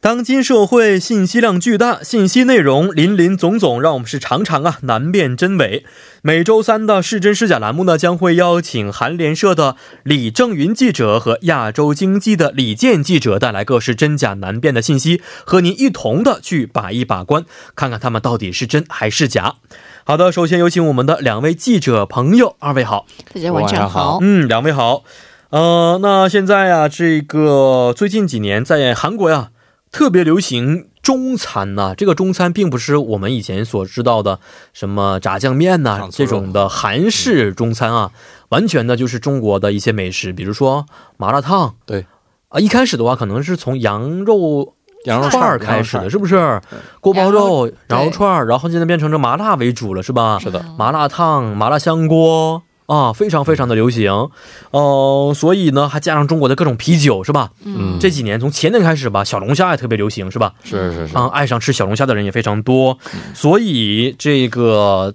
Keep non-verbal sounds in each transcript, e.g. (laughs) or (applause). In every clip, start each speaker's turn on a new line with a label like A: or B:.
A: 当今社会信息量巨大，信息内容林林总总，让我们是常常啊难辨真伪。每周三的是真是假栏目呢，将会邀请韩联社的李正云记者和亚洲经济的李健记者，带来各式真假难辨的信息，和您一同的去把一把关，看看他们到底是真还是假。好的，首先有请我们的两位记者朋友，二位好。
B: 大家晚上好。
A: 嗯，两位好。呃，那现在啊，这个最近几年在韩国呀、特别流行中餐呐、这个中餐并不是我们以前所知道的什么炸酱面呐、
C: 糖醋
A: 这
C: 肉
A: 种的韩式中餐啊，完全的就是中国的一些美食，比如说麻辣烫。
C: 对
A: 啊，一开始的话可能是从羊肉
C: 羊肉
A: 串
C: 串
A: 儿
C: 儿嗯
A: 开始的，
C: 的，
A: 是不是？锅包肉、
B: 羊
A: 羊
B: 肉
A: 肉串儿，然后现在变成这麻辣为主了，是吧？
C: 是的，
A: 麻辣烫、麻辣香锅啊，非常非常的流行。呃，所以呢，还加上中国的各种啤酒，是吧？
C: 嗯，
A: 这几年从前年开始吧，小龙虾也特别流行，是吧？
C: 是是是，
A: 啊，爱上吃小龙虾的人也非常多，
C: 嗯
A: 所以这个。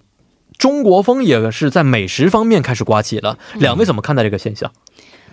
A: 中国风也是在美食方面开始刮起了，两位怎么看待这个现象？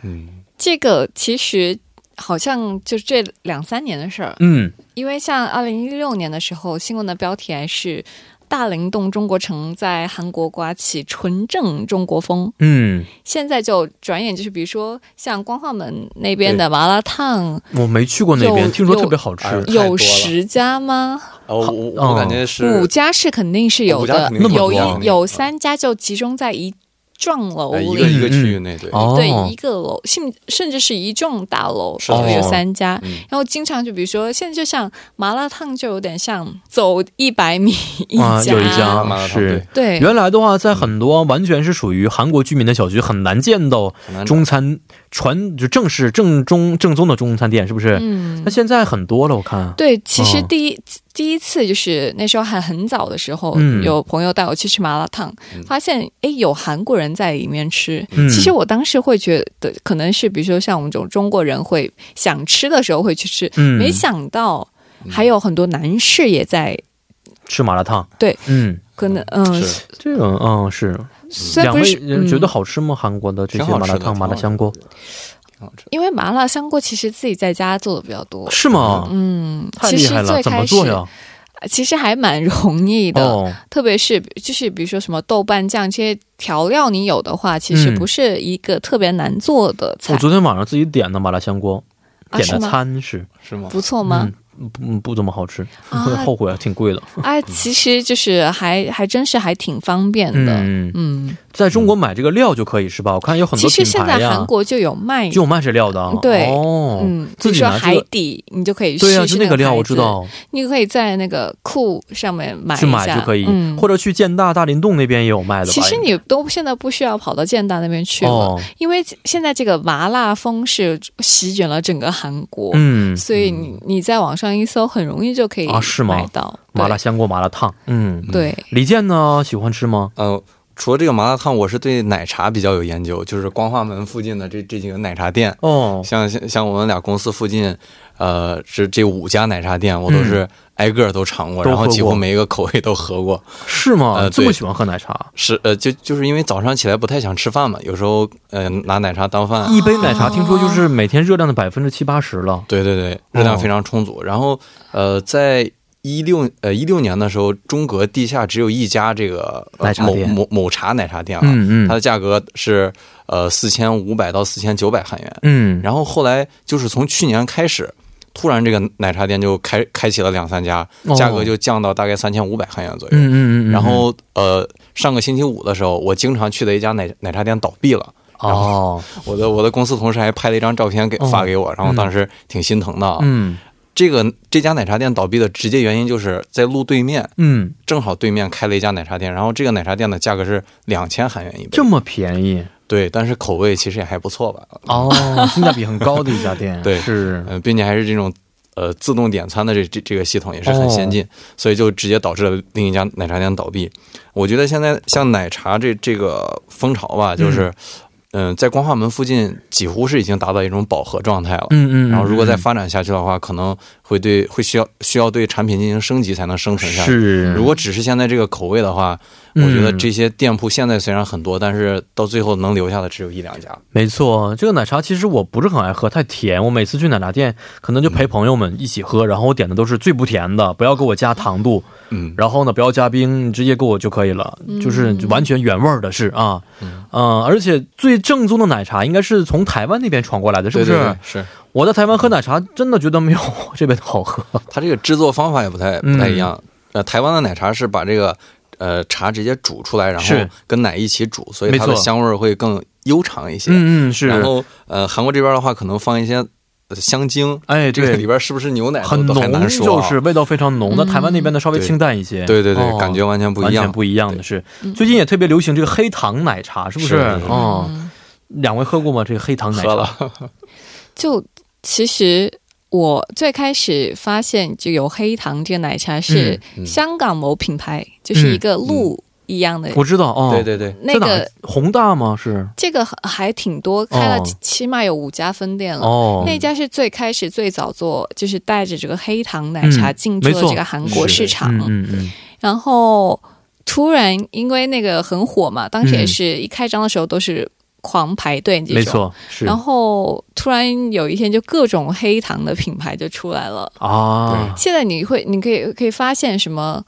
C: 嗯，
B: 这个其实好像就这两三年的事儿，
A: 嗯，
B: 因为像二零一六年的时候，新闻的标题还是“大灵动中国城在韩国刮起纯正中国风
A: 嗯，”，
B: 现在就转眼就是比如说像光化门那边的麻辣烫，
A: 我没去过那边，
B: 有
A: 听说特别好吃。
C: 有太多了
B: 有十家吗？
C: 哦我
A: 好
C: 我我感觉是
B: 五家是肯定是有
C: 五家
B: 的
C: 肯，定
A: 是有
B: 有
A: 的那么
B: 一
C: 多
B: 有三家就集中在一幢楼
C: 哎一
B: 里
C: 个，一个区域内嗯对，
A: 哦，
B: 对，一个楼，甚甚至是一幢大楼，
C: 是
B: 就
C: 的
B: 有
A: 是的哦
B: 三家。
C: 嗯
B: 然后经常就比如说，现在就像麻辣烫，就有点像走一百米一家，
A: 啊有一家
C: 麻辣烫
A: 是
B: 对，
C: 对
A: 原来的话，在很多完全是属于韩国居民的小区，很难见到
B: 嗯
C: 很难
A: 中餐传就正式正宗正宗的中餐店，是不是？
B: 嗯
A: 那、，现在很多了，我看。
B: 对。其实
A: 哦
B: 第一、第一次就是那时候还很早的时候，
A: 嗯
B: 有朋友带我去吃麻辣烫，
C: 嗯
B: 发现哎有韩国人在里面吃。
A: 嗯，
B: 其实我当时会觉得，可能是比如说像我们这种中国人会想吃的时候会去吃，
A: 嗯
B: 没想到
C: 嗯
B: 还有很多男士也在，
A: 吃麻辣烫，
B: 对，
A: 嗯，
B: 可能嗯、
C: 是
A: 这个嗯是，
B: 虽然
A: 两
B: 不
A: 位
B: 是、
A: 人
B: 嗯
A: 觉得好吃吗？韩国的这些
C: 挺好
A: 麻
C: 吃的
A: 辣烫、
C: 挺
A: 麻
C: 好
A: 辣香锅
C: 吃的挺好吃的，
B: 因为麻辣香锅其实自己在家做的比较多。
A: 是吗？
B: 嗯，
A: 太
B: 其
A: 厉
B: 实
A: 害了，
B: 最
A: 怎
B: 开
A: 么
B: 始
A: 做呀？
B: 其实还蛮 (laughs) 容易的，
A: 哦，
B: 特别是就是比如说什么豆瓣酱这些调料，你有的话，其实
A: 嗯
B: 不是一个特别难做的菜
A: 我，昨天晚上自己点的麻辣香锅，
B: 啊
A: 点的
B: 是吗
A: 餐是，
C: 是吗？
B: 不错吗
A: 嗯？，不不怎么好吃，
B: 啊
A: (laughs) 后悔啊，挺贵的。
B: 哎，其实就是还还真是还挺方便的。嗯
A: 嗯，在中国买这个料就可以是吧？我看有很
B: 其
A: 多
B: 实
A: 品
B: 现
A: 牌
B: 在
A: 呀
B: 韩，国就有卖，
A: 就有卖这料的啊。
B: 对
A: 哦，
B: 嗯，比
A: 自
B: 如
A: 己
B: 说
A: 拿这
B: 海
A: 个，
B: 底，你就可以试
A: 对呀、啊
B: 试
A: 就那个料
B: 牌
A: 我知
B: 子，
A: 道，
B: 你可以在那个库上面买
A: 去
B: 一
A: 买
B: 下
A: 就可以，
B: 嗯，
A: 或者去建大大林洞那边也有卖的吧。
B: 其实你都现在不需要跑到建大那边去了，
A: 哦，
B: 因为现在这个麻辣风是席卷了整个韩国，
A: 嗯，
B: 所以你你在网上一搜，很容易就可以
A: 啊是吗
B: 买到
A: 麻辣香锅、麻辣烫，嗯，
B: 对。对
A: 李健呢喜欢吃吗？
C: 呃，除了这个麻辣烫，我是对奶茶比较有研究，就是光化门附近的这这几个奶茶店，
A: 哦，
C: 像像像我们俩公司附近，呃，这这五家奶茶店，我都是挨个儿都尝
A: 嗯
C: 过，
A: 都喝
C: 然后几乎
A: 过
C: 每一个口味都喝过。
A: 是吗、
C: 呃
A: 这么
C: 对
A: 喜欢喝奶茶？
C: 是呃，就就是因为早上起来不太想吃饭嘛，有时候呃拿奶茶当饭。
A: 一杯奶
B: 哦
A: 茶听说就是每天热量的百分之七八十了。
C: 对对对，热量非常充
A: 嗯
C: 足。然后呃，在一六呃一六年的时候，中国地下只有一家这个、呃
A: 奶茶店
C: 某某某茶奶茶店啊，
A: 嗯嗯
C: 它的价格是呃四千五百到四千九百韩元。
A: 嗯，
C: 然后后来就是从去年开始，突然这个奶茶店就开开启了两三家
A: 哦，
C: 价格就降到大概三千五百韩元左右。
A: 嗯嗯嗯，
C: 然后呃，上个星期五的时候，我经常去的一家奶奶茶店倒闭了。然啊
A: 哦，
C: 我的我的公司同事还拍了一张照片给
A: 哦
C: 发给我，然后当时挺心疼的啊。
A: 嗯
C: 这个这家奶茶店倒闭的直接原因就是在路对面，
A: 嗯，
C: 正好对面开了一家奶茶店，然后这个奶茶店的价格是两千韩元一杯
A: 这，么便宜
C: 对，但是口味其实也还不错吧，
A: 哦，性价比很高的一家店，
C: (laughs) 对
A: 是
C: 嗯、并且还是这种呃自动点餐的这这这个系统也是很先
A: 哦
C: 进，所以就直接导致了另一家奶茶店倒闭。我觉得现在像奶茶这这个风潮吧，就是嗯、在光化门附近几乎是已经达到一种饱和状态了。
A: 嗯嗯，
C: 然后，如果再
A: 嗯
C: 发展下去的话，可能会对会需要需要对产品进行升级才能生存下来。嗯
A: 是
C: 如果只是现在这个口味的话，
A: 嗯
C: 我觉得这些店铺现在虽然很多，但是到最后能留下的只有一两家。
A: 没错，这个奶茶其实我不是很爱喝，太甜。我每次去奶茶店，可能就
C: 嗯
A: 陪朋友们一起喝，然后我点的都是最不甜的，不要给我加糖度，
C: 嗯，
A: 然后呢不要加冰，你直接给我就可以了，就是完全原味儿的是啊，嗯、而且最正宗的奶茶应该是从台湾那边传过来的，是不是？
C: 对对对，是
A: 我在台湾喝奶茶真的觉得没有这边的好
C: (laughs)
A: 喝。
C: 它这个制作方法也不太不太一样。
A: 嗯
C: 呃，台湾的奶茶是把这个呃茶直接煮出来，然后
A: 是
C: 跟奶一起煮，所以它
A: 没
C: 的
A: 错
C: 香味儿会更悠长一些。
A: 嗯嗯，是。
C: 然后呃，韩国这边的话可能放一些呃香精，
A: 哎，
C: 这个里
A: 对，
C: 边是不是牛奶都
A: 很
C: 都还
A: 浓，
C: 难说、
A: 就
C: 啊。
A: 是味道非常浓。那、
B: 嗯
A: 台湾那边的稍微清淡一些。
C: 对对对、
A: 哦
C: 感觉完全不
A: 完
C: 一
A: 全
C: 样。
A: 不一样的是
B: 嗯，
A: 最近也特别流行这个黑糖奶茶，是不是？
C: 是
A: 嗯，哦，
B: 嗯，
A: 两位喝过吗？这个黑糖奶
C: 喝
A: 茶？
C: 了，
B: 就其实我最开始发现就有黑糖这个奶茶是
C: 嗯嗯
B: 香港某品牌，就是一个鹿一样的。
A: 我知道哦，
C: 对对对，
B: 那
A: 在哪
B: 个
A: 宏大吗？是
B: 这个还挺多，开了
A: 哦
B: 起起码有五家分店了。
A: 哦，
B: 嗯那家是最开始最早做，就是带着这个黑糖奶茶
A: 嗯
B: 进驻
A: 没
B: 了
A: 错
B: 这个韩国市场，
A: 嗯嗯嗯，
B: 然后突然因为那个很火嘛，当时也是一开张的时候都是狂排队这
A: 没
B: 种，
A: 错，是
B: 然后突然有一天就各种黑糖的品牌就出来了。
A: 啊，
B: 现在你会，你可以可以发现什么？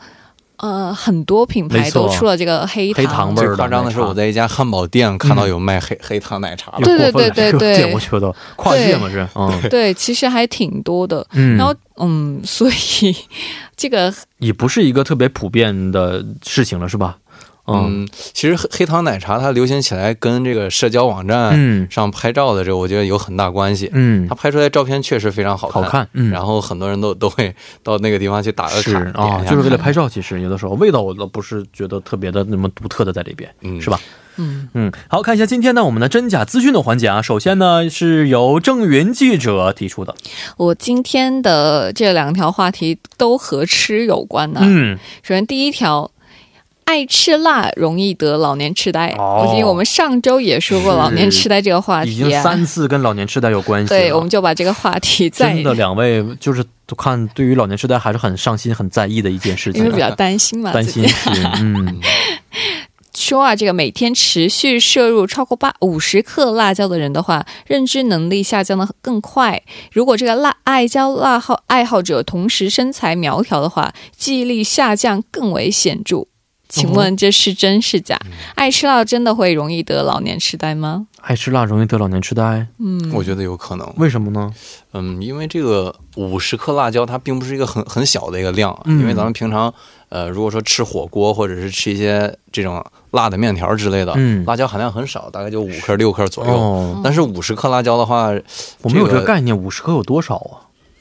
B: 呃，很多品
A: 没
B: 牌
A: 错
B: 都出了这个黑糖
A: 黑糖味
C: 最
A: 儿的
C: 夸张的是
A: 奶茶嗯
C: 我在一家汉堡店看到有卖黑、黑糖奶茶的，
B: 对
A: 有过分了
B: 对对对
A: 这
B: 对
A: 我觉得跨界嘛是，嗯
B: 对，其实还挺多的。
A: 嗯，
B: 然后，嗯，所以这个
A: 也不是一个特别普遍的事情了，是吧？嗯
C: 嗯，其实黑黑糖奶茶它流行起来跟这个社交网站
A: 嗯
C: 上拍照的这，我觉得有很大关系。
A: 嗯
C: 它，拍出来照片确实非常好看，
A: 好看，嗯，
C: 然后很多人都都 (laughs) 会到那个地方去打个
A: 是
C: 卡，
A: 啊、
C: 点一下
A: 就是为了
C: 看
A: 拍照。其实有的时候味道我都不是觉得特别的那么独特的在里边，
C: 嗯
A: 是吧？
B: 嗯，
A: 嗯，好看一下今天呢我们的真假资讯的环节啊。首先呢是由郑云记者提出的，
B: 我今天的这两条话题都和吃有关的。
A: 嗯，
B: 首先第一条，爱吃辣容易得老年痴呆。
A: 哦
B: 我因为我们上周也说过
A: 是
B: 老年痴呆这个话
A: 已
B: 题
A: 经
B: 啊、
A: 三次跟老年痴呆有关系了。
B: 对，我们就把这个话题再
A: 真的两位就是都看对于老年痴呆还是很上心、很在意的一件事
B: 因为比
A: 情，啊
B: 较担心嘛，
A: 担
B: 自己
A: 心是
B: (laughs)
A: 嗯
B: 说啊，这个每天持续摄入超过八五十克辣椒的人的话，认知能力下降的更快。如果这个辣爱椒辣好爱好者同时身材苗条的话，记忆力下降更为显著。请问这是真是假？
A: 嗯
B: 爱吃辣真的会容易得老年痴呆吗？
A: 爱吃辣容易得老年痴呆，
B: 嗯，
C: 我觉得有可能，
A: 为什么呢？
C: 嗯，因为这个五十克辣椒它并不是一个很很小的一个量，啊
A: 嗯
C: 因为咱们平常呃，如果说吃火锅或者是吃一些这种辣的面条之类的，
A: 嗯
C: 辣椒含量很少，大概就五克六克左右。
A: 哦，
C: 但是五十克辣椒的话，
A: 我没有这
C: 哎这
A: 个
C: 个
A: 概念，五十克有多少啊？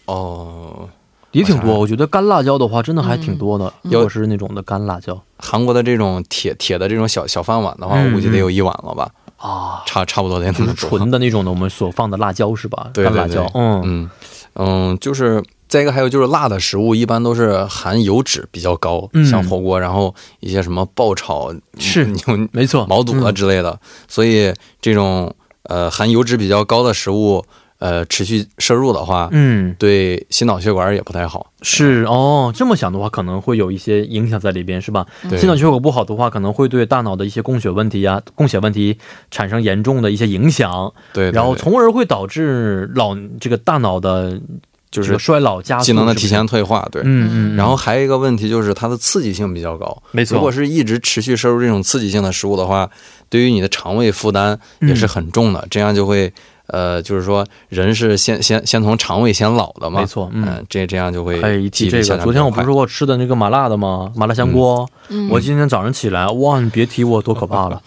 C: 哦，
A: 也挺
C: 我想
A: 多，我觉得干辣椒的话，真的还挺多的。
C: 嗯
A: 如果是那种的干辣椒
C: 韩国的这种铁铁的这种小小饭碗的话，
A: 嗯
C: 我估计得有一碗了吧，
A: 啊，
C: 差差不多得那
A: 就
C: 么
A: 是
C: 多。
A: 纯的那种的，我们所放的辣椒是吧？
C: 对
A: 干辣椒
C: 对，对
A: 嗯，
C: 嗯嗯，就是再一个还有就是辣的食物一般都是含油脂比较高，
A: 嗯
C: 像火锅，然后一些什么爆炒
A: 是
C: 牛
A: 没错，
C: 毛肚啊
A: 嗯
C: 之类的，所以这种呃含油脂比较高的食物，呃持续摄入的话，
A: 嗯，
C: 对心脑血管也不太好。
A: 是哦，这么想的话，可能会有一些影响在里边，是吧？
C: 对
A: 嗯心脑血管不好的话，可能会对大脑的一些供血问题啊、供血问题产生严重的一些影响，
C: 对，对
A: 然后
C: 对
A: 从而会导致老这个大脑的
C: 就
A: 这个
C: 是
A: 衰老加速，
C: 机能的
A: 是不是
C: 提前，退化，对。
A: 嗯嗯，
C: 然后还有一个问题就是它的刺激性比较高，
A: 没错
C: 如果是一直持续摄入这种刺激性的食物的话，对于你的肠胃负担也
A: 嗯
C: 是很重的，这样就会呃，就是说人是先先先从肠胃先老的嘛，
A: 没错嗯
C: 嗯，这这样就会
A: 哎，一
C: 记
A: 提
C: 忆
A: 这
C: 力下
A: 个，
C: 降
A: 昨天我不是
C: 比较快
A: 说我吃的那个麻辣的吗？麻辣香锅，
B: 嗯
A: 我今天早上起来，哇，你别提我多可怕
C: (laughs)
A: 了，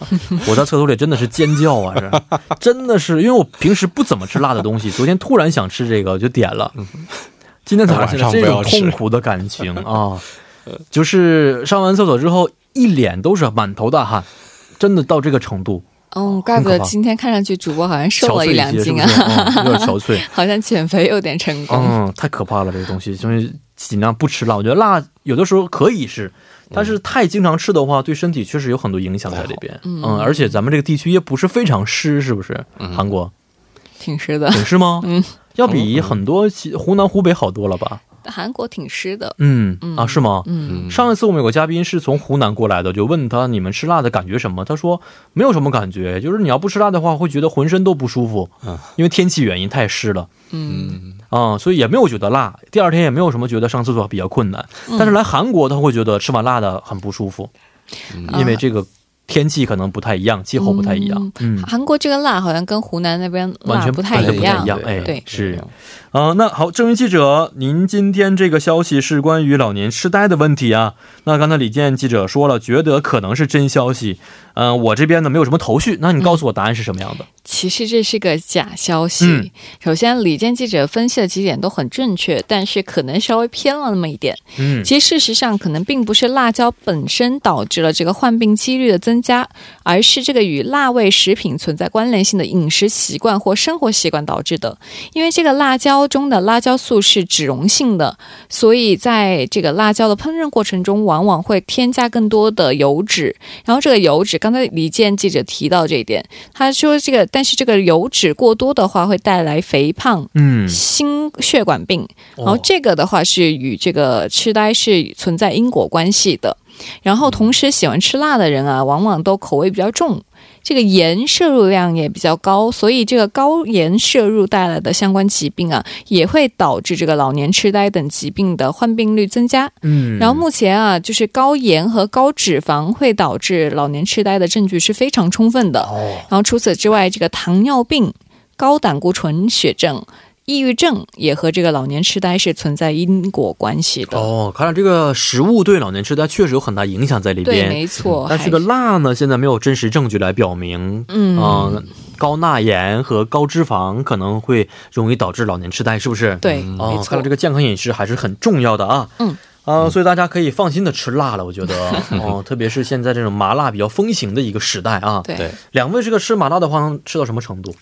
A: 我在厕所里真的是尖叫啊，是，真的是，因为我平时不怎么吃辣的东西，昨天突然想吃这个，我就点了。今天早上起来，
C: 嗯晚上
A: 这
C: 不
A: 种
C: 要吃
A: 痛苦的感情
C: (laughs)
A: 啊，就是上完厕所之后，一脸都是满头大汗，真的到这个程度，
B: 嗯，怪不得
A: 很可怕
B: 今天看上去主播好像瘦
A: 憔
B: 了
A: 悴
B: 两
A: 些，是
B: 斤
A: 不
B: 啊，
A: 是？嗯有点憔悴。
B: (laughs) 好像减肥有点成功。
A: 嗯，太可怕了，这个东西，所以尽量不吃辣。我觉得辣有的时候可以是，但是太经常吃的话，对身体确实有很多影响在里边。嗯，而且咱们这个地区也不是非常湿，是不是？韩国
B: 挺是的。
A: 很湿吗？嗯，要比很多其湖南、湖北好多了吧？
B: 韩国挺湿的，
A: 嗯
B: 嗯
A: 啊，是吗？
B: 嗯，
C: 嗯
A: 上一次我们有个嘉宾是从湖南过来的，就问他你们吃辣的感觉什么？他说没有什么感觉，就是你要不吃辣的话，会觉得浑身都不舒服
C: 嗯，
A: 因为天气原因太湿了
B: 嗯，
A: 啊、所以也没有觉得辣。第二天也没有什么觉得上厕所比较困难，
B: 嗯
A: 但是来韩国他会觉得吃完辣的很不舒服，因
B: 啊
A: 为这个天气可能不太一样，气候不太一样。嗯，
B: 韩国这个辣好像跟湖南那边
A: 完
B: 辣
A: 全
B: 不太
A: 完全
B: 一
A: 不太
B: 样
A: 一，样。哎，
B: 对
A: 是。
C: 嗯
A: 啊、那好，郑云记者，您今天这个消息是关于老年痴呆的问题啊。那刚才李健记者说了，觉得可能是真消息。嗯、我这边呢没有什么头绪，那你告诉我答案是什么样的？
B: 其实这是个假消息。
A: 嗯
B: 首先，李健记者分析的几点都很正确，但是可能稍微偏了那么一点。
A: 嗯
B: 其实事实上，可能并不是辣椒本身导致了这个患病几率的增加，而是这个与辣味食品存在关联性的饮食习惯或生活习惯导致的。因为这个辣椒中的辣椒素是脂溶性的，所以在这个辣椒的烹饪过程中，往往会添加更多的油脂。然后这个油脂，刚才李健记者提到这一点，他说这个，但是这个油脂过多的话，会带来肥胖、
A: 嗯，
B: 心血管病，然后
A: 哦
B: 这个的话是与这个痴呆是存在因果关系的。然后同时喜欢吃辣的人啊，往往都口味比较重，这个盐摄入量也比较高，所以这个高盐摄入带来的相关疾病啊，也会导致这个老年痴呆等疾病的患病率增加。
A: 嗯，
B: 然后目前啊，就是高盐和高脂肪会导致老年痴呆的证据是非常充分的。
A: 哦，
B: 然后除此之外，这个糖尿病、高胆固醇血症、抑郁症也和这个老年痴呆是存在因果关系的。
A: 哦，看来这个食物对老年痴呆确实有很大影响在里
B: 对，
A: 边。嗯
B: 没错。
A: 但是
B: 还
A: 这个辣呢，现在没有真实证据来表明。
B: 嗯，
A: 嗯、高钠盐和高脂肪可能会容易导致老年痴呆，是不是？
B: 对，没
A: 哦，看
B: 错
A: 来这。个健康饮食还是很重要的啊。
B: 嗯。
A: 啊、所以大家可以放心的吃辣了，我觉得
B: (laughs)
A: 哦，特别是现在这种麻辣比较风行的一个时代啊。
B: 对
C: 对，
A: 两位这个吃麻辣的话，能吃到什么程度？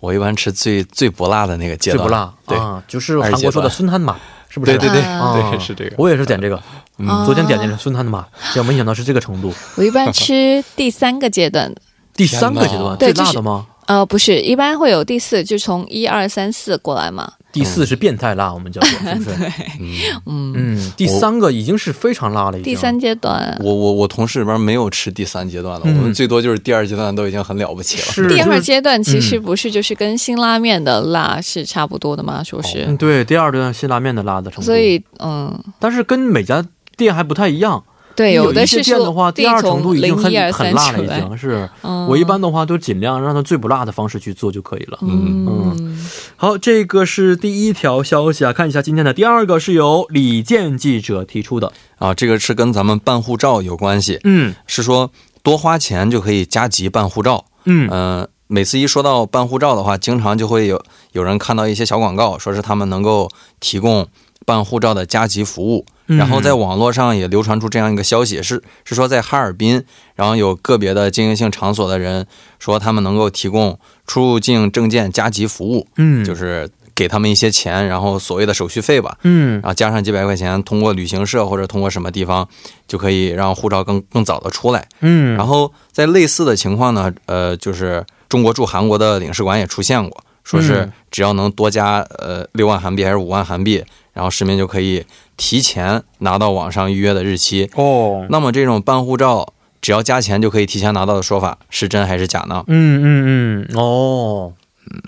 C: 我一般吃最最不辣的那个阶
A: 最
C: 段，
A: 不辣
C: 对、
A: 啊，就是韩国说的
C: 二阶段
A: 孙汉马，是不是？
C: 对对对、
A: 啊
C: 对，是这个。嗯
A: 我也是点这个，嗯
B: 啊
A: 昨天点的是孙汉马，结果没想到是这个程度。
B: 我一般吃第三个阶段，
A: 第三个阶段最
B: 对就是
A: 辣的吗？
B: 呃，不是，一般会有第四，就从一二三四过来嘛。
A: 第四是变态辣，我们叫做是不是？
B: (laughs) 嗯，
A: 嗯，第三个已经是非常辣了，已经。
B: 第三阶段。
C: 我我我同事里边没有吃第三阶段的，
A: 嗯
C: 我们最多就是第二阶段都已经很了不起了。
A: 是
B: 第
A: 就
B: 二
A: 是嗯
B: 阶段其实不是就是跟辛拉面的辣是差不多的吗？说
A: 嗯
B: 是，
A: 对，第二段辛拉面的辣的程度。
B: 所以嗯，
A: 但是跟每家店还不太一样。
B: 对，
A: 有
B: 的
A: 一些
B: 是
A: 店
B: 说
A: 的话，第
B: 地
A: 二
B: 从
A: 程度已经
B: 零
A: 很
B: 一二
A: 很
B: 三
A: 辣了，
B: 出
A: 已
B: 来
A: 经是。
B: 嗯
A: 我一般的话都尽量让它最不辣的方式去做就可以了。
B: 嗯
A: 好，这个是第一条消息啊，看一下今天的第二个是由李健记者提出的。
C: 啊，这个是跟咱们办护照有关系，
A: 嗯
C: 是说多花钱就可以加急办护照。
A: 嗯
C: 嗯、每次一说到办护照的话，经常就会有有人看到一些小广告，说是他们能够提供办护照的加急服务。
A: 嗯
C: 然后在网络上也流传出这样一个消息，是是说在哈尔滨，然后有个别的经营性场所的人说他们能够提供出入境证件加急服务，
A: 嗯，
C: 就是是给他们一些钱，然后所谓的手续费吧，
A: 嗯
C: 然后加上几百块钱，通过旅行社或者通过什么地方，就可以让护照更更早的出来。
A: 嗯，
C: 然后在类似的情况呢，呃，就是中国驻韩国的领事馆也出现过，说是
A: 嗯
C: 只要能多加呃六万韩币还是五万韩币，然后市民就可以提前拿到网上预约的日期。
A: 哦，
C: 那么这种办护照只要加钱就可以提前拿到的说法是真还是假
A: (laughs)
C: 呢？
A: 嗯嗯嗯，哦，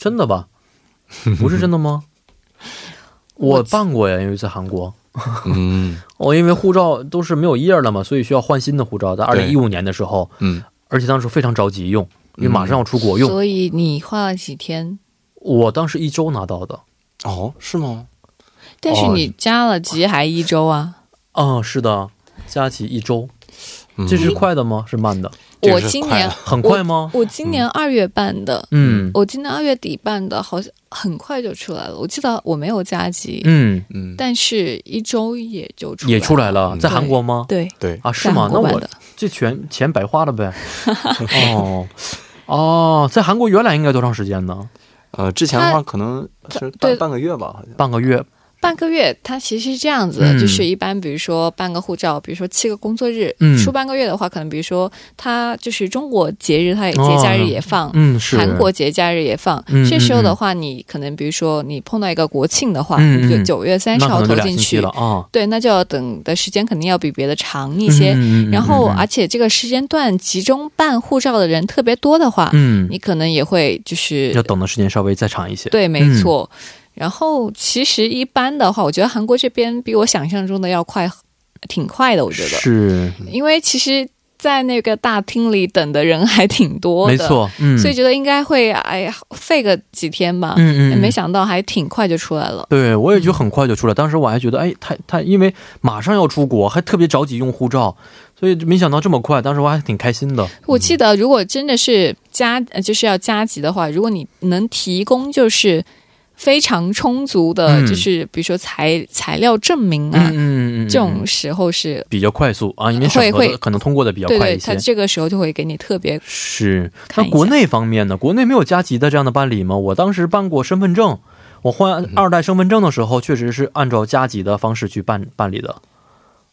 A: 真的吧？不是真的吗？ (laughs) 我办过呀，因为在韩国。
C: 嗯
A: 我、因为护照都是没有页儿了嘛，所以需要换新的护照。在二零
C: 对
A: 一五年的时候，
C: 嗯，
A: 而且当时非常着急用，因为马上要出国用。
B: 所以你花了几天？
A: 我当时一周拿到的。
C: 哦，是吗？
B: 但
A: 哦
B: 是你加了急还一周啊！
A: 啊、是的，加起一周，
C: 嗯
A: 这是快的吗？是慢的？
C: 这个
B: 我
C: 是
B: 今
C: 快
B: 年
C: 了
A: 很快吗？
B: 我今年二月办的，
A: 哦嗯
B: 我今年二月底办的，好像很快就出来了。我记得我没有加急，
A: 嗯，
C: 嗯，
B: 但是一周也就出
A: 也出
B: 来
A: 来了，
C: 嗯
A: 在韩国吗？
B: 对，
C: 对，
A: 啊，是吗
B: 在韩？
A: 那
B: 国办
A: 我
B: 的
A: 这全钱白花了呗。
B: (laughs)
A: 哦哦，在韩国原来应该多长时间呢？
C: 呃，之前的话可能是
B: 对
C: 半半个月吧，好像。
A: 半个月
B: 半个月，它其实是这样子的，
A: 嗯
B: 就是一般比如说办个护照，比如说七个工作日，
A: 嗯
B: 出半个月的话，可能比如说它就是中国节日，它也节假日也放。
A: 嗯，是
B: 韩国节假日也放，
A: 嗯
B: 这时候的话，你可能比如说你碰到一个国庆的话，
A: 嗯嗯
B: 就九月三
A: 那
B: 十
A: 可
B: 号
A: 能就
B: 投
A: 两
B: 进
A: 星期
B: 去
A: 了，啊，
B: 对，那就要等的时间肯定要比别的长一些。
A: 嗯
B: 然后，而
A: 啊，
B: 且这个时间段集中办护照的人特别多的话，
A: 嗯，
B: 你可能也会就是
A: 要嗯等的时间稍微再长一些，
B: 对，没错。然后其实一般的话，我觉得韩国这边比我想象中的要快，挺快的。我觉得，
A: 是
B: 因为其实，在那个大厅里等的人还挺多的，
A: 没，错，嗯，
B: 所以觉得应该会哎呀费个几天吧。
A: 嗯
B: 哎
A: 嗯，
B: 没
A: 想。
B: 想嗯到还挺快就出来了。
A: 对，我也觉得很快就出来。当时我还觉得，哎，他他因为马上要出国，还特别着急用护照，所以没想到这么快。当时我还挺开心的。
B: 我记得，如果真的是加，呃就是要加急的话，如果你能提供就是非常充足的，
A: 嗯
B: 就是比如说材材料证明啊，
A: 嗯嗯嗯，
B: 这种时候是。
A: 比较快速啊，因为审核
B: 会
A: 的
B: 会
A: 可能通过的比较
B: 对
A: 快
B: 对，
A: 一些。嗯
B: 他这个时候就会给你特别
A: 是，那
B: 看一下
A: 国内方面呢？国内没有加急的这样的办理吗？我当时办过身份证，我
B: 嗯
A: 换二代身份证的时候，确实是按照加急的方式去办办理的。
B: 嗯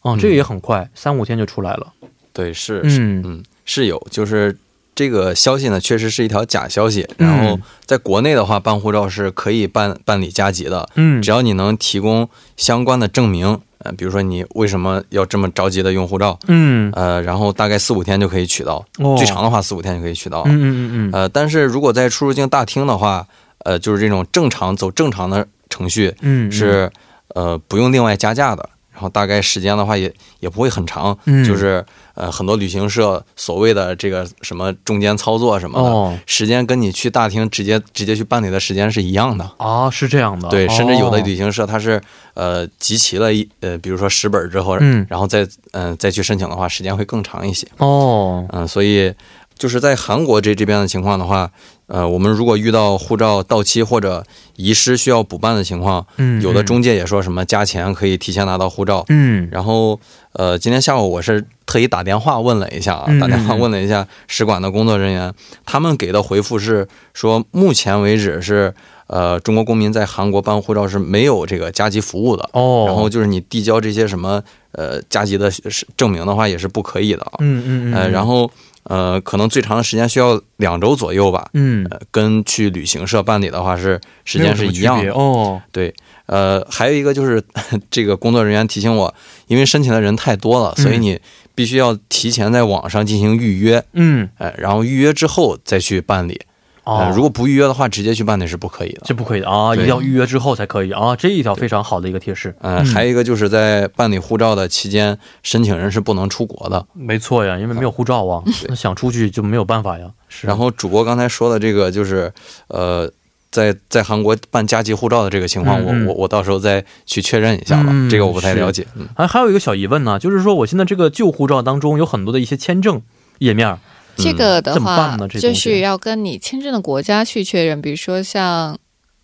A: 哦，这个也很快，三五天就出来了。
C: 对，是，是
A: 嗯
C: 嗯，是有，就是这个消息呢，确实是一条假消息。然后
A: 嗯
C: 在国内的话，办护照是可以办办理加急的，
A: 嗯
C: 只要你能提供相关的证明，呃，比如说你为什么要这么着急的用护照，
A: 嗯，
C: 呃，然后大概四五天就可以取到，
A: 哦
C: 最长的话四五天就可以取到。
A: 嗯嗯嗯嗯
C: 呃，但是如果在出入境大厅的话，呃，就是这种正常走正常的程序
A: 嗯，
C: 是呃不用另外加价的。然后大概时间的话也也不会很长，
A: 嗯
C: 就是呃很多旅行社所谓的这个什么中间操作什么的，
A: 哦
C: 时间跟你去大厅直接直接去办理的时间是一样的。
A: 啊，是这样的。
C: 对，甚至有的
A: 哦
C: 旅行社它是呃集齐了一呃，比如说十本之后，
A: 嗯
C: 然后再嗯、呃再去申请的话，时间会更长一些。
A: 哦，
C: 嗯、所以就是在韩国这这边的情况的话，呃，我们如果遇到护照到期或者遗失需要补办的情况，
A: 嗯，
C: 有的中介也说什么加钱可以提前拿到护照。
A: 嗯，
C: 然后，呃，今天下午我是特意打电话问了一下啊
A: 嗯，
C: 打电话
A: 嗯嗯
C: 问了一下使馆的工作人员，他们给的回复是说，目前为止是呃，中国公民在韩国办护照是没有这个加急服务的。
A: 哦，
C: 然后就是你递交这些什么呃加急的是证明的话，也是不可以的啊。
A: 嗯嗯嗯，
C: 呃，然后呃，可能最长的时间需要两周左右吧。
A: 嗯，
C: 呃，跟去旅行社办理的话是时间是一样
A: 没有什么区别
C: 的。
A: 哦，
C: 对，呃，还有一个就是 (laughs) 这个工作人员提醒我，因为申请的人太多了，所以
A: 嗯
C: 你必须要提前在网上进行预约，
A: 嗯，
C: 呃，然后预约之后再去办理。
A: 哦，
C: 呃，如果不预约的话，直接去办理是不可以的。
A: 这不可以的啊，一
C: 对
A: 定要预约之后才可以啊，这一条非常好的一个提示，
B: 嗯
C: 呃，还有一个就是在办理护照的期间，申请人是不能出国的。
A: 没错呀，因为没有护照啊，那想出去就没有办法呀。是
C: 然后主播刚才说的这个就是，呃，在在韩国办加急护照的这个情况，
A: 嗯嗯
C: 我我我到时候再去确认一下吧，
A: 嗯
C: 这个我不太
A: 是
C: 了解。嗯，
A: 还还有一个小疑问呢，就是说我现在这个旧护照当中有很多的一些签证页面，
B: 这个的
A: 怎么
B: 话
A: 办呢，这
B: 就
A: 东西
B: 是要跟你签证的国家去确认。比如说像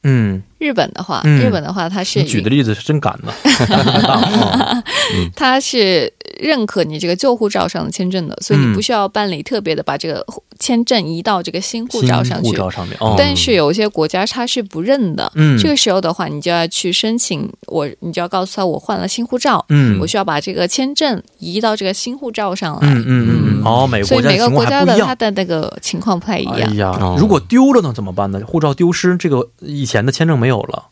A: 嗯，
B: 日本的话，
A: 嗯
B: 日本的话，它是
A: 你举的
B: 允
A: 例子是真敢呢，啊
B: 它是认可你这个旧护照上的签证的，所以
A: 嗯
B: 你不需要办理特别的把这个 (laughs) 签证移到这个新护
A: 新
B: 照上
A: 护
B: 去。
A: 照上面哦，
B: 但是有一些国家它是不认的，
A: 嗯
B: 这个时候的话，你就要去申请我，你就要告诉他我换了新护照，
A: 嗯
B: 我需要把这个签证移到这个新护照上来。
A: 嗯嗯嗯，哦，每个
B: 所
A: 国
B: 以
A: 家
B: 每个
A: 情
B: 国
A: 况
B: 家
A: 还不
B: 的
A: 一样
B: 它。的那个情况不太一样。
A: 哎呀
C: 哦，
A: 如果丢了呢怎么办呢？护照丢失，这个以前的签证没有了。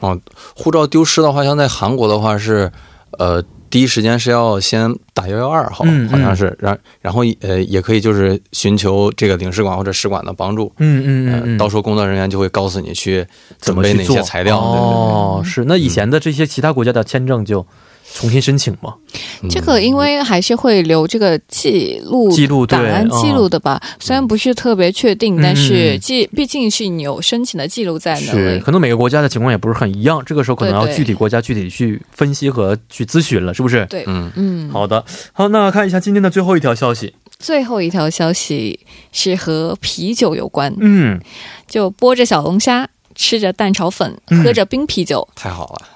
C: 哦，护照丢失的话，像在韩国的话是，呃，第一时间是要先打幺幺二号，
A: 嗯嗯
C: 好像是，然然后呃也可以就是寻求这个领事馆或者使馆的帮助，
A: 嗯嗯
C: 呃，到时候工作人员就会告诉你去
A: 怎
C: 准
A: 么
C: 备
A: 去
C: 哪
A: 做
C: 些材料。
A: 哦，是
C: 嗯
A: 那以前的这些其他国家的签证就重新申请嘛？
C: 对对对
B: 这个因为还是会留这个记录、
A: 嗯记录对
B: 档案记录的吧，虽然不是特别确定，
A: 嗯
B: 但是记毕竟是你有申请的记录在那里。
A: 可能每个国家的情况也不是很一样，这个时候可能要
B: 对对
A: 具体国家具体去分析和去咨询了，是不是？
B: 对，
C: 嗯
B: 嗯，
A: 好的，好，那看一下今天的最后一条消息。
B: 最后一条消息是和啤酒有关，
A: 嗯，
B: 啊就剥着小龙虾。吃着蛋炒粉，
A: 嗯
B: 喝着冰啤酒，
C: 太好了，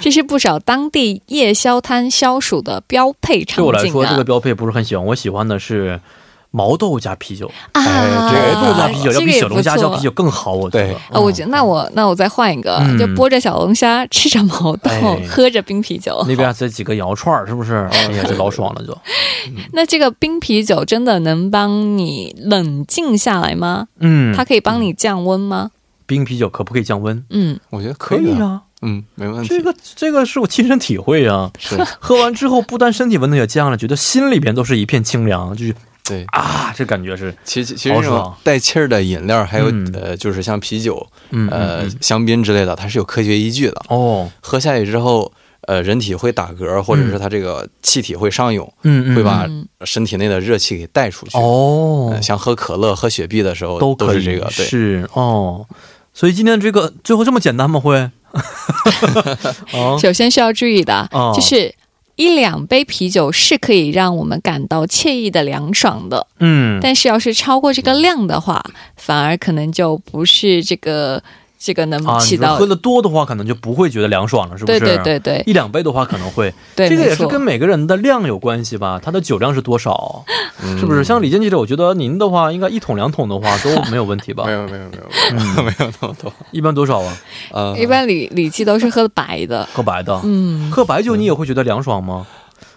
B: 这是不少当地夜宵摊消暑的标配场
A: 对我来
B: 景
A: 说，这
B: 啊
A: 个！标配不是很喜欢，我喜欢的是毛豆加啤酒，
B: 啊，
C: 哎这
A: 毛
C: 个
A: 豆加啤酒要
B: 这个
A: 比
B: 也
A: 小龙虾
B: 不错
A: 加啤酒更好，我觉得。
C: 对
B: 啊，我觉得那我那我再换一个，啊
A: 嗯
B: 就剥着小龙虾，吃着毛豆，
A: 哎
B: 喝着冰啤酒。
A: 那边这几个羊肉串儿是不
C: 哦
A: 是？哎呀，这老爽了
B: (laughs)
A: 就。
B: 那这个冰啤酒真的能帮你冷静下来吗？
A: 嗯，
B: 它可以帮你降温吗？
A: 冰啤酒可不可以降温？
B: 嗯，
C: 我觉得可以啊，
A: 啊，
C: 嗯，没问题，
A: 这个这个是我亲身体会啊。
C: 是
A: 喝完之后，不单身体温度也降了，觉得心里边都是一片清凉，就是
C: 对。
A: 啊，这感觉是，
C: 其实其实
A: 好
C: 这
A: 爽
C: 种带气儿的饮料，还有、
A: 嗯
C: 呃，就是像啤酒、
A: 嗯，嗯
C: 呃、香槟之类的，它是有科学依据的。
A: 哦，
C: 喝下去之后，呃，人体会打嗝，或
A: 嗯
C: 者是它这个气体会上涌，
A: 嗯嗯，
C: 会把
B: 嗯
C: 身体内的热气给带出去。
A: 哦
C: 呃，像喝可乐、喝雪碧的时候
A: 都可
C: 是
A: 以
C: 这个，对，
A: 是哦。所以今天这个最后这么简单吗？会？ (laughs)
B: (laughs)
A: 哦，
B: 首先需要注意的、
A: 哦
B: 就是一两杯啤酒是可以让我们感到惬意的凉爽的，
A: 嗯，
B: 但是要是超过这个量的话，反而可能就不是这个这个能
A: 啊，
B: 起
A: 你说
B: 到、
A: 喝的多的话，可能就不会觉得凉爽了，是不
B: 对
A: 是？哎
B: 对对对
A: 一两杯的话可能会，
B: 对，
A: 这个
B: 没
A: 也是
B: 错
A: 跟每个人的量有关系吧，他的酒量是多少，
C: 嗯
A: 是不是？像李健记者，我觉得您的话，应该一桶两桶的话
C: (laughs)
A: 都没有问题吧
C: 没？有没有没有没有没有那么多，
A: 一般多少啊？
C: 呃，
B: 一般理理气都是喝白
A: (laughs)
B: 的，
A: 喝白的，
B: 嗯，
A: 喝白酒你也会觉得凉爽吗？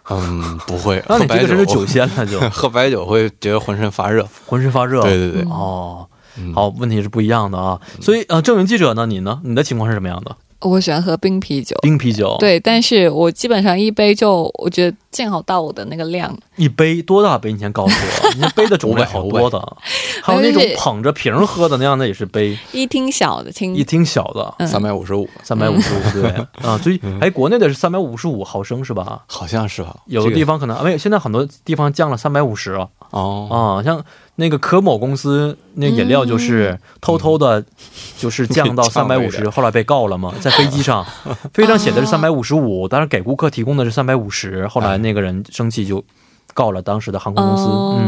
C: 嗯不会，
A: 那
C: 喝
A: 你这
C: 白
A: 个真是
C: 酒
A: 酒仙了，
C: (laughs)
A: 就
C: 喝白酒会觉得浑身发热，
A: 浑身发热。
C: 对对对，
A: 哦，
C: 嗯
A: 好，问题是不一样的啊。所以呃，郑云记者呢，你呢？你的情况是什么样的？
B: 我喜欢喝冰啤酒。
A: 冰啤酒，，
B: 对，但是我基本上一杯就，我觉得正好到我的那个量。
A: 一杯多大杯？你先告诉我，你那杯的种类
C: 500
A: 好多的，还有那
B: 哎
A: 种捧着瓶儿喝的那样的也是杯，
B: 一听小的
A: 一
B: 听，
A: 听小的
B: 嗯
C: 三百五十五，
A: 三百五十五，
C: (laughs)
A: 对啊，最
C: 嗯
A: 哎，国内的是三百五十五毫升是吧？
C: 好像是吧？
A: 有的
C: 这个
A: 地方可能啊没有，现在很多地方降了三百五十啊，啊，
C: 哦，
A: 像那个可某公司那饮料就是偷偷的，就是降
C: (laughs)
A: 到三
C: 降
A: 百
C: 嗯了一
A: 五
C: 点
A: 十，后来被告了
C: (laughs)
A: 嘛，在飞机上，飞机上写的是三百五十五，但是给顾客提供的是三百五十，后来那个人生气就告了当时的航空公司。嗯，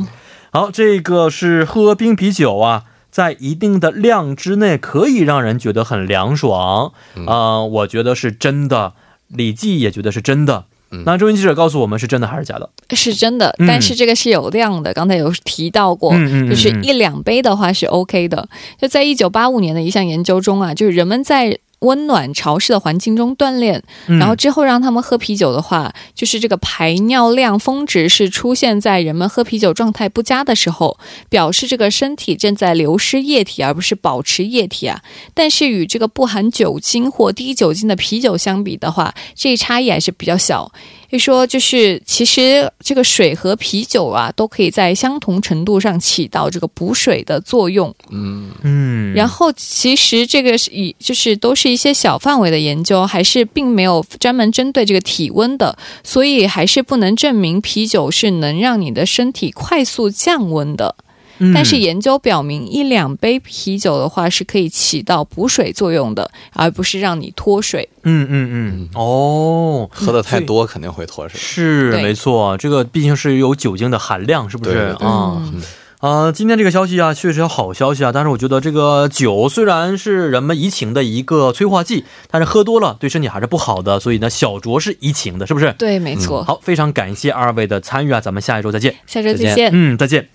B: 嗯，
A: 好，这个是喝冰啤酒啊。在一定的量之内，可以让人觉得很凉爽
B: 嗯
A: 啊、我觉得是真的，李记也觉得是真的。
B: 嗯
A: 那中文记者告诉我们是真的还是假的？
B: 是真的，
A: 嗯
B: 但是这个是有量的。刚才有提到过，
A: 嗯嗯嗯
B: 哦就是一两杯的话是 OK 的。就在一九八五年的一项研究中啊，就是人们在温暖潮湿的环境中锻炼，
A: 嗯
B: 然后之后让他们喝啤酒的话，就是这个排尿量峰值是出现在人们喝啤酒状态不佳的时候，表示这个身体正在流失液体，而不是保持液体啊。但是与这个不含酒精或低酒精的啤酒相比的话，这一差异还是比较小。一说就是，其实这个水和啤酒啊，都可以在相同程度上起到这个补水的作用。
C: 嗯，
A: 嗯，
B: 然后其实这个是以就是都是一些小范围的研究，还是并没有专门针对这个体温的，所以还是不能证明啤酒是能让你的身体快速降温的。
A: 嗯
B: 但是研究表明，一两杯啤酒的话是可以起到补水作用的，而不是让你脱水。
A: 嗯嗯嗯，哦，
C: 喝的太多肯定会脱水。
A: 是
B: 对
A: 没错，这个毕竟是有酒精的含量，是不是
C: 对对对
A: 啊？
B: 嗯
A: 啊，今天这个消息啊，确实有好消息啊，但是我觉得这个酒虽然是人们怡情的一个催化剂，但是喝多了对身体还是不好的，所以呢，小酌是怡情的，是不是？
B: 对，没错。
A: 嗯好，非常感谢二位的参与啊，咱们下一周再见。
B: 下周
C: 再
B: 再
C: 见
B: 见。
A: 嗯，再见。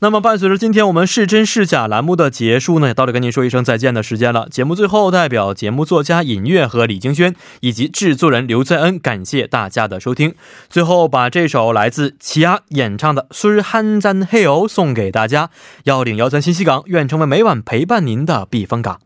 A: 那么，伴随着今天我们是真是假栏目的结束呢，也到了跟您说一声再见的时间了。节目最后，代表节目作家尹月和李京轩以及制作人刘在恩，感谢大家的收听。最后，把这首来自齐亚演唱的《술한잔해요》送给大家。幺零幺三信息港，愿成为每晚陪伴您的避风港。